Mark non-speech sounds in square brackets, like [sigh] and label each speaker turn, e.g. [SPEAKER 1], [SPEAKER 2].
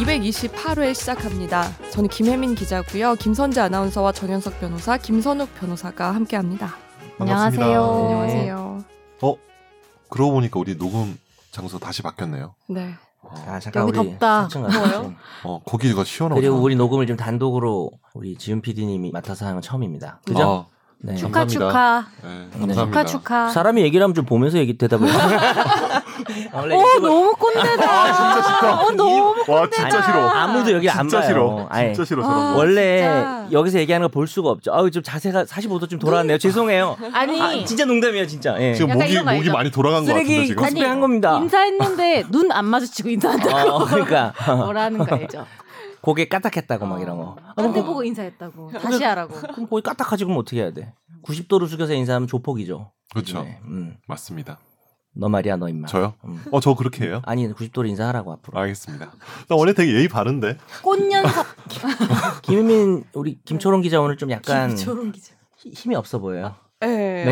[SPEAKER 1] 28회 시작합니다. 저는 김혜민 기자고요. 김선재 아나운서와 정현석 변호사, 김선욱 변호사가 함께합니다.
[SPEAKER 2] 반갑습니다.
[SPEAKER 3] 안녕하세요. 네.
[SPEAKER 1] 안녕하세요.
[SPEAKER 2] 그러고 보니까 우리 녹음 장소 다시 바뀌었네요.
[SPEAKER 1] 네.
[SPEAKER 2] 어,
[SPEAKER 4] 아, 잠깐
[SPEAKER 3] 여기
[SPEAKER 4] 우리
[SPEAKER 3] 덥다.
[SPEAKER 4] 사층 가서
[SPEAKER 1] 더워요?
[SPEAKER 4] 좀.
[SPEAKER 2] 어, 거기가 시원하고.
[SPEAKER 4] 그리고
[SPEAKER 2] 좋아요.
[SPEAKER 4] 우리 녹음을 지금 단독으로 우리 지윤 PD님이 맡아서 하는 건 처음입니다. 그죠?
[SPEAKER 2] 아,
[SPEAKER 4] 네.
[SPEAKER 2] 축하.
[SPEAKER 3] 축하 축하
[SPEAKER 2] 네,
[SPEAKER 3] 축하
[SPEAKER 2] 감사합니다.
[SPEAKER 3] 축하.
[SPEAKER 4] 사람이 얘기를 하면 좀 보면서 얘기 대답을. 해. 원래
[SPEAKER 3] 어
[SPEAKER 4] 유튜브-
[SPEAKER 3] 너무
[SPEAKER 4] 아,
[SPEAKER 3] 꼰대다.
[SPEAKER 2] 진짜 싫다.
[SPEAKER 3] 어 너무
[SPEAKER 2] 와 진짜 싫어.
[SPEAKER 4] 아무도 여기 안 봐요. 아예.
[SPEAKER 2] 진짜 싫어.
[SPEAKER 1] 아,
[SPEAKER 4] 원래
[SPEAKER 1] 진짜.
[SPEAKER 4] 여기서 얘기하는 걸 볼 수가 없죠. 아우 좀 자세가 45도 좀 돌아왔네요. 죄송해요.
[SPEAKER 3] 아니
[SPEAKER 4] 아, 진짜 농담이에요, 진짜. 예.
[SPEAKER 2] 네. 지금
[SPEAKER 3] 약간
[SPEAKER 2] 목이
[SPEAKER 3] 이런 거
[SPEAKER 2] 목이
[SPEAKER 3] 알죠?
[SPEAKER 2] 많이 돌아간 것 같은데
[SPEAKER 4] 쓰레기
[SPEAKER 2] 지금.
[SPEAKER 4] 코스프레 한 겁니다.
[SPEAKER 3] 인사했는데 눈 안 마주치고 인사한다고
[SPEAKER 4] 어, [laughs] 그러니까
[SPEAKER 3] 뭐라는 거
[SPEAKER 4] [laughs]
[SPEAKER 3] 알죠?
[SPEAKER 4] 고개 까딱했다고 막 이런 거.
[SPEAKER 3] 딴데 보고 인사했다고
[SPEAKER 4] 아.
[SPEAKER 3] 다시 하라고.
[SPEAKER 4] 그럼 거의 까딱하지 그럼 어떻게 해야 돼? 90도로 숙여서 인사하면 조폭이죠.
[SPEAKER 2] 그렇죠.
[SPEAKER 4] 네, 음.
[SPEAKER 2] 맞습니다.
[SPEAKER 4] 너 말이야 너 임마.
[SPEAKER 2] 저요?
[SPEAKER 4] 음.
[SPEAKER 2] 어 저 그렇게 해요?
[SPEAKER 4] 아니 90도로 인사하라고 앞으로.
[SPEAKER 2] 알겠습니다. 나 원래 되게 예의 바른데.
[SPEAKER 3] 꽃년석
[SPEAKER 4] [laughs] 김민 우리 김초롱 기자 오늘 좀 약간
[SPEAKER 3] 조롱 기자.
[SPEAKER 4] 힘이 없어 보여요.
[SPEAKER 1] 네.